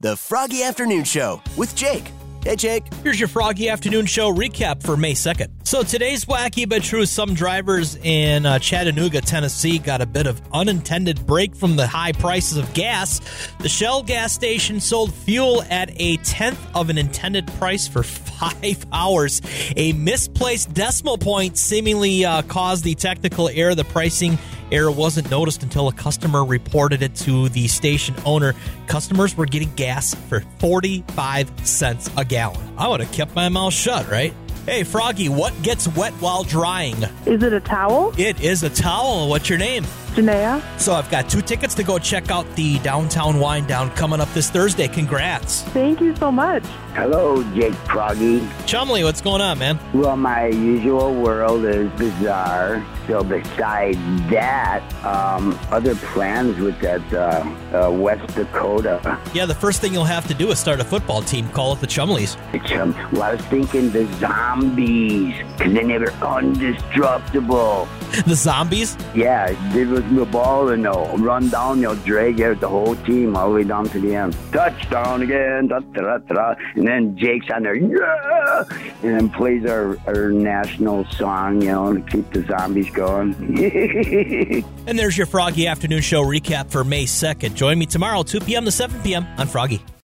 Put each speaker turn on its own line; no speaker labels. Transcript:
The Froggy Afternoon Show with Jake. Hey, Jake.
Here's your Froggy Afternoon Show recap for May 2nd. So, today's wacky but true some drivers in uh, Chattanooga, Tennessee got a bit of unintended break from the high prices of gas. The Shell gas station sold fuel at a tenth of an intended price for five hours. A misplaced decimal point seemingly uh, caused the technical error. The pricing error wasn't noticed until a customer reported it to the station owner. Customers were getting gas for 45 cents a gallon. I would have kept my mouth shut, right? Hey, Froggy, what gets wet while drying?
Is it a towel?
It is a towel. What's your name?
Janaea?
So I've got two tickets to go check out the downtown wind down coming up this Thursday. Congrats.
Thank you so much.
Hello, Jake Proggy.
Chumley, what's going on, man?
Well, my usual world is bizarre. So, besides that, um, other plans with that uh, uh, West Dakota.
Yeah, the first thing you'll have to do is start a football team. Call it the Chumleys.
It's, um, well, I was thinking the zombies, because then they were indestructible.
The zombies?
Yeah, they was the ball and they'll run down, they'll drag out the whole team all the way down to the end. Touchdown again, da, da, da, da. and then Jake's on there, yeah, and then plays our, our national song, you know, to keep the zombies going.
And there's your Froggy Afternoon Show recap for May 2nd. Join me tomorrow, 2 p.m. to 7 p.m. on Froggy.